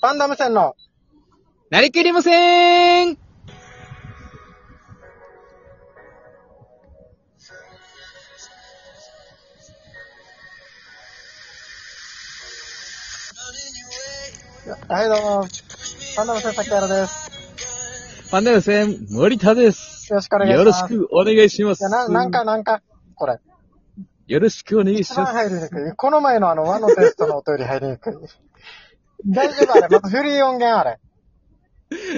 パンダム線の、なりきり無線はいどうも、パンダム線崎原です。パンダ無線、森田です。よろしくお願いしよろましす。くお願いしまいす。や、な、なんか、なんか、これ。よろしくお願いし一番ます。入りにくい。この前のあの和のテストの音より入りにくい。大丈夫あれ。まずフリー音源あれ。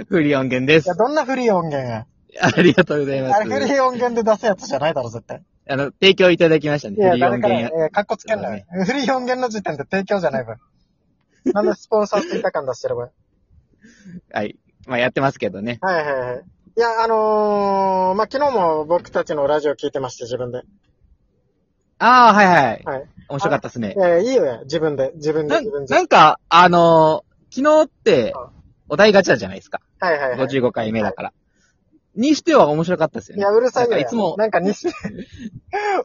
フリー音源でいや、す。どんなフリー音源や。ありがとうございまあれフリす。ー音源で出すやつじゃないだろ、絶対。あの、提供いただきましたね。いフや、リー音誰か源ら、や。えー、かっこつけんなよ。フリー音源の時点で提供じゃ ない分。なんでスポンサーついた感出してるこれ。はい。まあ、やってますけどね。はいはいはい。いや、あのー、まあ、昨日も僕たちのラジオ聞いてまして、自分で。ああ、はいはい。はい。面白かったですね。えー、いいよや、自分で、自分で、な自分で。なんか、あのー昨日ってうん、お題ガチャじゃないですか。はいはいはい。 55回目だから。にしては面白かったですよいねや、。うるさいよ。なんかいつもなんか 西、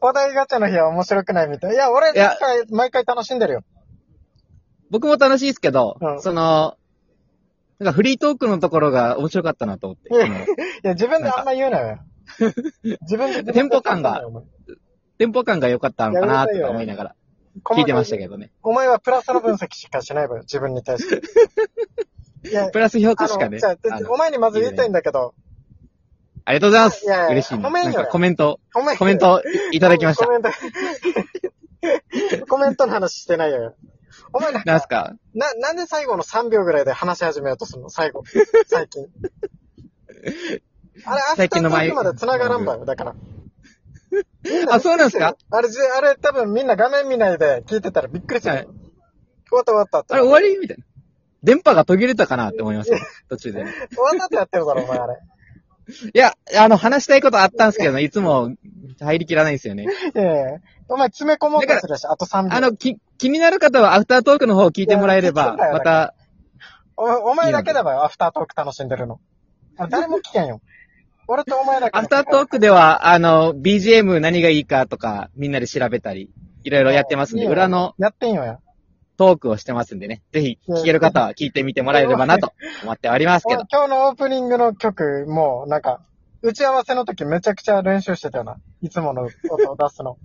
お題ガチャの日は面白くないみたい。いや、俺、いや毎回、毎回楽しんでるよ。僕も楽しいですけど、うんその、なんかフリートークのところが面白かったなと思って。いやそのいや、自分であんま言うな よ。自分で。テンポ感が。テンポ感が良かったのかなとか思いながら聞いてましたど。けどね。お前はプラスの分析しかしない分、自分に対 して。いや、プラス評あ価しかの、ね。じゃああのお前にまず言いたいんだけど、ありがとうございますいやいや嬉しいな。褒めんなよんかコメント、お前コメントいただきましたコ。メント、コメントの話してないよ。お前なんなんかすかな、なんで最後の3秒ぐらいで話し始めようとするの 最後。最近。あれ、ア最フタ近ートの前ークまで繋がらんばよ、だから。 あ、そうなんすかあれ、じあれ多分みんな画面見ないで聞いてたらびっくりする。はい終わった終わったって。あれ終わりみたいな。電波が途切れたかなって思いました。途中で。終わったってやってるだろ、お前 あれ。いや、あの、話したいことあったんですけどね、いつも入りきらないんですよね。いやいやお前詰め込もうとするし、あと3秒。あの、き、気になる方はアフタートークの方を聞いてもらえれいや聞ば、いてんだよまた、おお前だけだわよ、アフタートーク楽しんでる の。あ誰も聞けんよ。俺とお前だけだ。アフタートークでは、あの、BGM 何がいいかとか、みんなで調べたり、いろいろやってますんいいで、よ裏のやってんよや。トークをしてますんでね、ぜひ聞ける方は聞いてみてもらえればなと思っておりますけどお。今日のオープニングの曲も、なんか、打ち合わせの時めちゃくちゃ練習してたよな。いつもの音を出す の。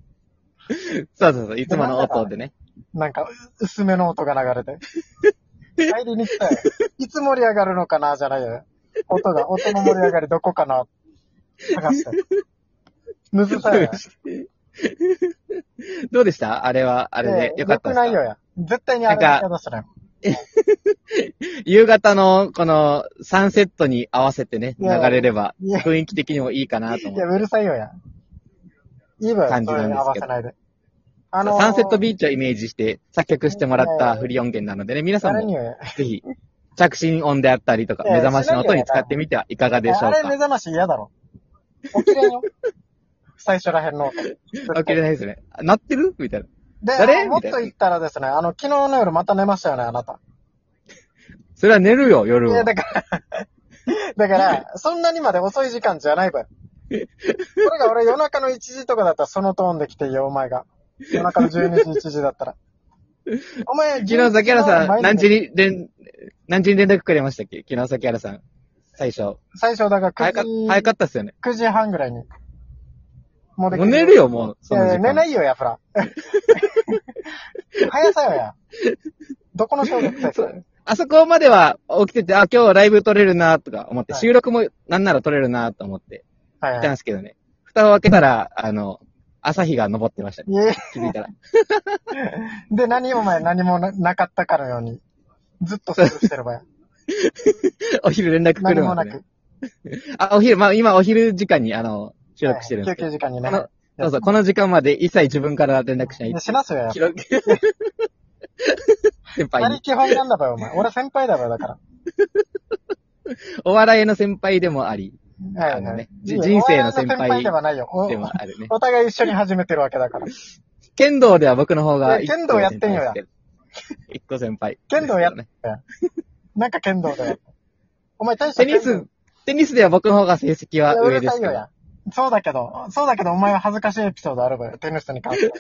そうそうそう、いつもの音でね。なんか、う薄めの音が流れて。帰りに来たよ。いつ盛り上がるのかなじゃないよ。音 が、音の盛り上がりどこかな探して。むずさよ。どうでしたあれは、 あれで、ええよかっくたでないすよかや。絶対にあれだけ出すなよ。夕方の、この、サンセットに合わせてね、い流やれれば、いや雰囲気的にもいいかなとい思や、っうるさいよや。いいわよ、感じそなれんにですけど合わせないで。あて。のーサンセットビーチをイメージして作曲してもらったフリ音源なのでね、皆さん誰もによや。ぜひ、着信音であったりとか、いや目覚ましの音に使ってみてはいかがでしょうあれ目か。覚まし嫌だろ。起きれ んよ。最初らへんの音。起きれないですね。あ鳴ってるみたいな。で、誰あのもっみたいとな言ったらですね、あの、昨日の夜また寝ましたよね、あなた。それは寝るよ、い夜や、は。だから、 だから、そんなにまで遅い時間じゃないわよ。これが俺夜中の1時とかだったらそのトーンで来ていいよ、お前が。夜中の12時、1時だったら。お前、 昨日、崎原さん、何時にに連、何時に連絡くれましたっけ昨日、崎原さん。最初。最初だから早か9早時か、ったっすよね。 9時半ぐらいに。ももう寝るよよ、もう、そのいや時いや寝な間。いよ、やフラ。 早さよ、や。どこの小学生そかうあそこまでは起きてて、あ、今日ライブ撮れるな、とか思って、はい収録もなんなら撮れるな、と思って、はい行っはたいんですけどね。蓋を開けたら、あの、朝日が昇ってましたね。いえ。気 づいたら。で、何お前何もななかったかのように、ずっと過ごしてればよ。お昼連 絡来何るものなでねく。あ、お昼、まあ今お昼時間にあの、収録してるんはでいすけ休ど。憩時間にねこ。のそうそう、この時間まで一切自分から連絡しないで。しなすよ、や。記録 先輩何に。基本なんだばよ、お前。俺先輩だばよ、だ かお笑いの先輩でもあり、ら。はあいのはいね。じ人生のお笑い先輩の先輩ではないよ。おでもあるね。お互い一緒に始めてるわけだから。剣道では僕の方がい一や個剣道やってんよや先輩ですけど。一個先輩。剣道やっですけどねなんか剣道だよ。お前大したテ剣ニ道ス、テニスでは僕の方が成績いはや上うるでさすいけよどや。。そうだけど、そうだけど、お前は恥ずかしいエピソードあるわよ、テニスに関しては。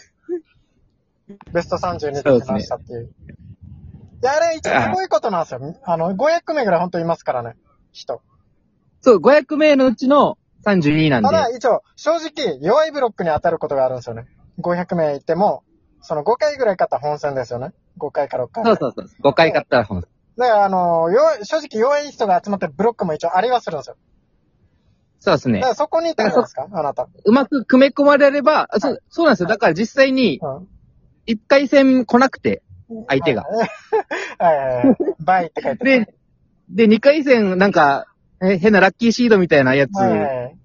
ベスト32で来ましたっていう。いや、あれ、一応すごいことなんですよ。あの、500名ぐらい本当いますからね。人。そう、500名のうちの32なんでた。だ、一応、正直、弱いブロックに当たることがあるんですよね。500名いても、その5回ぐらい勝ったら本戦ですよね。5回か6回。そうそうそう。5回買ったら本。だから、あの、弱い正直弱い人が集まってるブロックも一応ありはするんですよ。そうですだねか。らそこにいたんじゃないですかあなた。うまく組め込まれれば、あそう、そうなんですよ。だから実際に、1回戦来なくて、うん相手が。 はいはいはいはい。バイって書いてる。で、で、2回戦、なんか、え変なラッキーシードみたいなやつはいはい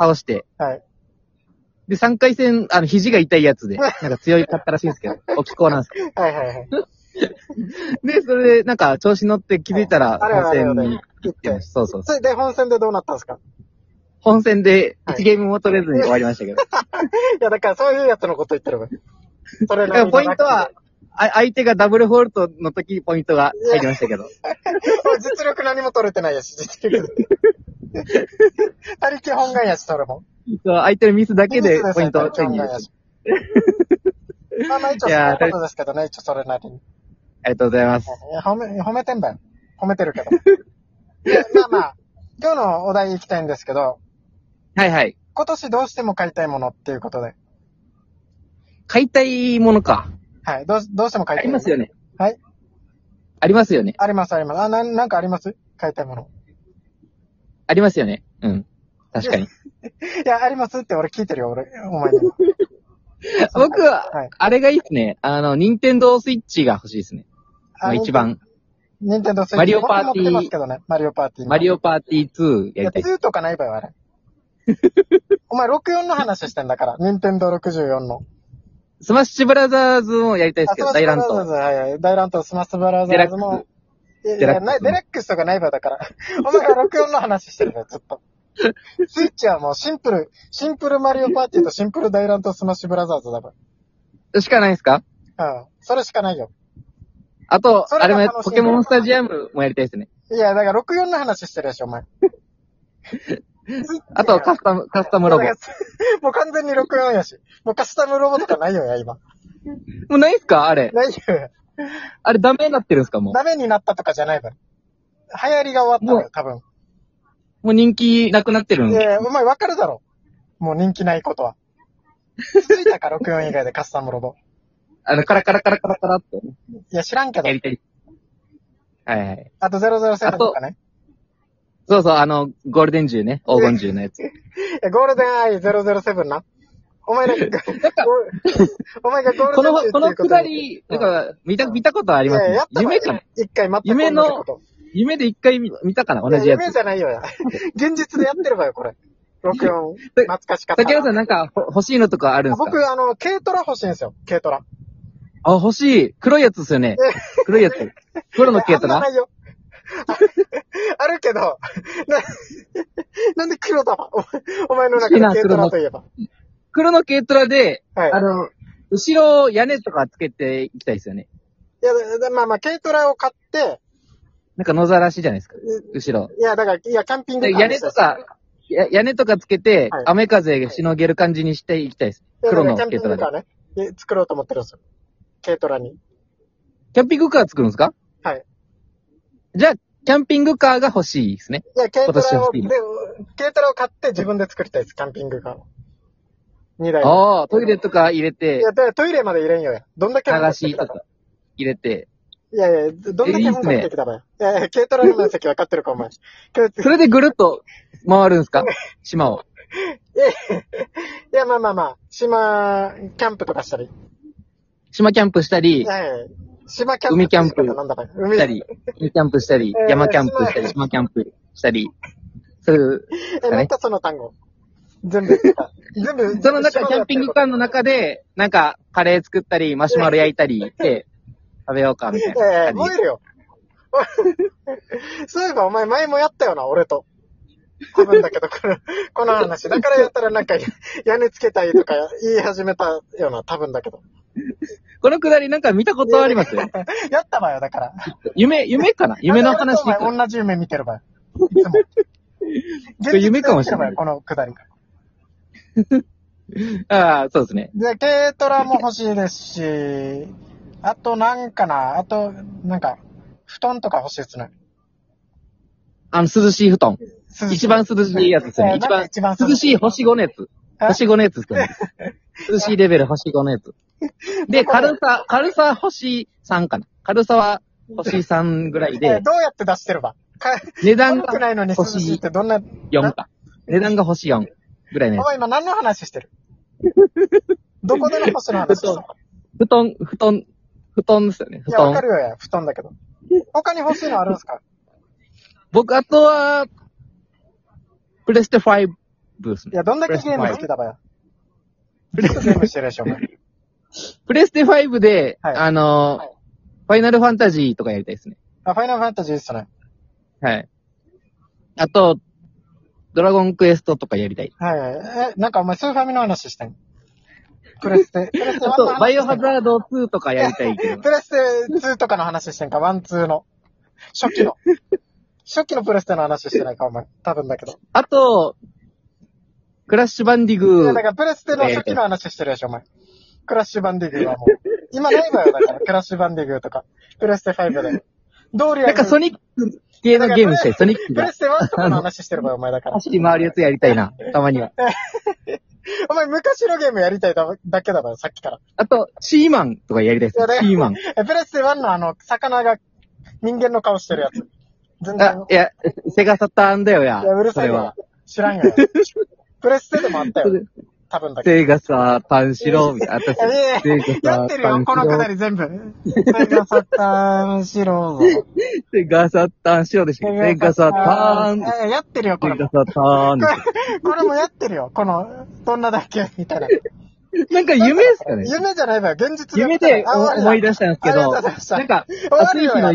倒して、はい。はい。で、3回戦、あの、肘が痛い やつで、なんか強いかったらしいんですけど、お気候なんですけはいはいはい。ど。で、それで、なんか、調子乗って気づいたら、あれはあ本れは戦あれに行ってました。そうそう。それで本戦でどうなったんですか本戦ではい1ゲームも取れずに終わりましたけど。いや、だからそういうやつのこと言ってるわ。それ なだかりらのポイントは、あ相手がダブルホールトの時、ポイントが入りましたけど。実力何も取れてないやし、実力。他力本願やし、それも。そう相手のミスだけでミスですポイント他手力に本願入れたやし。まあまあ一応そいうやいーうことですけどね、一応それなりに。ありがとうございます。いや褒め、褒めてんだよ。褒めてるけど。いやまあまあ、今日のお題行きたいんですけど、はいはい。今年どうしても買いたいものっていうことで。買いたいものか。はい。どうし、どうしても買いあたい。りますよね。ね。はい。ありますよね。あります、あります。あ、なん、なんかあります買いたいもの。ありますよね。うん。確かに。いや、ありますって俺聞いてるよ、俺。お 前にも。僕ははい、あれがいいっすね。あの、ニンテンドースイッチが欲しいですね。まあ一。番。ニンテンドスイッチ。マリオパーティ持ってーますけどね、マリオパーティー。マリオ。オパーティー2いやや、りたい。 2とかない場合は あれ。お前64の話してんだから、ニンテンド64の。スマッシュブラザーズもやりたいですけど、大乱スマッシュブラザーズ闘。はいはい。大乱闘、スマスブラザーズも。いやいデやラックスないデラックスとかない場合だから。 お前が64の話してるんだよ、ずっ と。スイッチはもうシンプル、シンプルマリオパーティーとシンプル大乱闘スマッシュブラザーズだば。しかないですかうん。それしかないよ。あと、それがあれもや楽しいポケモンスタジアムもやりたいですね。いや、だから64の話してるでしょ、お前。あと、カスタム、カスタムロボ。 もう完全に64やし。もうカスタムロボとかないよや、今。もうないっすかあれ。ないよ。あれダメになってるんすかもダメになったとかじゃないから。流行りが終わったのよ、多分。う。もう人気なくなってるんいで。やいや、お前わかるだろ。もう人気ないことは。続いたか、64以外でカスタムロボ。あの、カラカラカラカラカラっといや、知らんけどや。りたい。はいはい。あと007とかね。そうそう、あの、ゴールデン銃ね。黄金銃のやつ。いやゴールデンアイ007な。お前なんか、お前がゴールデンこの、中こっていのうこくとだにり、うんなんか、見た、見たことありますいやねやっ。たの夢かな一回全く夢の同じこと夢で一回見見たかな同じやい夢つ。じゃないよや。 現実でやってればよ、これ。64。懐 かしかった。竹原さんなんかほ欲しいのとかあるんですか僕、あの、軽トラ欲しいんですよ、軽トラ。あ、欲しい。黒いやつですよね。黒いやつ。黒の毛あとんまなか。いよ。 あるけど、な、なんで黒だわお前お前の中で軽トラといえば。黒の毛トラで、はい。あの、後ろ屋根とかつけていきたいですよね。いや、だまあまあ、軽トラを買って、なんか野ざらしじゃないですか。後ろ。いや、だから、いや、キャンピングでカー屋で根すとよか、や屋根とかつけてはい、雨風がしのげる感じにしていきたいです。黒のいやだからキャ毛ンピトンラグでカ。ーね。で作ろうと思ってるんですよ。軽トラに。キャンピングカー作るんですかはい。じゃあ、キャンピングカーが欲しいですね。いや、軽トラを、で今年、軽トラを買って自分で作りたいです、キャンピングカーを。2台。ああ、トイレとか入れいて、や、だからトイレまで入れんよや。どんだけ流文句し言ってとたかか入れて、いやいや、どんだけ文句言ってきたばよ。いやいや、軽トラの面積分かってるか、お前。軽トそれでぐるっと回るんです か島を。いや、まあまあまあ、島、キャンプとかしたり。島キャンプしたいり、やいや、島キャンプ。海キャンプなんだか。海したり、海キャンプしたりえー、山キャンプしたり、島キャンプしたり、そういう、え、なんかその単語。全部言ってた。全部。 その中、キャンピングカーの中で、なんか、カレー作ったり、マシュマロ焼いたりして、食べようか、みたいいやいや、な感燃じえるよ。 そういえばお前前もやったよな、俺と。多分だけど、この、この話。だからやったらなんか、屋根つけたいとか言い始めたよな、多分だけど。このくだりなんか見たことありますよ。やったわよ、だから。夢、夢かな夢の話なんで俺とお前同じ夢見てるばよ。いつも。これ 夢かもしれな現実で見てるわいよこのくだり。ああ、そうですね。で、軽トラも欲しいですし、あとなんかな、あと、なんか、布団とか欲しいですね。あの、涼しい布団。涼しい一番涼しいやつですよね。えー一なんか番、一番涼しい星5のやつ。え星5のやつですよね。涼しいレベル星5のやつ。 で、軽さ、軽さ星3かな。軽さは星3ぐらいえでー、どうやって出してればか値段寒くがないのに涼しいってどんな、 4か。値段が星4ぐらいのやおつ。前今何の話して るどこでの星の話してる布団、布団、布団ですよね。い布や、わか団。るよや、布団だけど。他に欲しいのあるんですか僕、あとは、プレステ5ですいねや、。どんだけゲーム好きだ ばや。ずっとゲームしてるでしょ、お前。プレステ5で、はいあのーはいファイナルファンタジーとかやりたいですね。あ、ファイナルファンタジーっすね。はい。あと、ドラゴンクエストとかやりたい。はいはい。え、なんかお前スーファミの話してん。プレス テ。プレステあ1との話してん、かバイオハザード2とかやりたい けど。プレステ2とかの話してんか、ワンツーの。初期の。初期のプレステの話してないか、お前。多分だけど。あと、クラッシュバンディいグや、だか。ーらプレステの初期の話してるでしょ、お前。クラッシュバンディグーはもう。今ないわよ、だから。クラッシュバンディグーとか。プレステ5で。どうりなんかソニック系のゲームしたい。ソニックプレがステ1とかの話してるわよ、お前だから。走り回るやつやりたいな。たまには。お前昔のゲームやりたいだだけだわよ、さっきから。あと、シーマンとかやりたいですいやね。ねシー マン。え、プレステ1のあの、魚が人間の顔してるやつ。全然あ、。いや、セガサターンだよや。いや、うるさいそれわは。。知らんよ。プレステでもあったよ。多分だけセガサタンシローみたいな。ど。いやいやいや私、やってるよ、このくだり全部。セガサターンシローぞ。セガサタンシローでしたっけセガサターン。セーン。やってるよ、これガも。サ ターン。これもやってるよ、この、どんなだっけみたいな。なんか夢ですかね夢じゃないわよ、現実だ夢であ終わりだ思い出したんですけありがとど、うございましたなんか、終わるよ暑い日の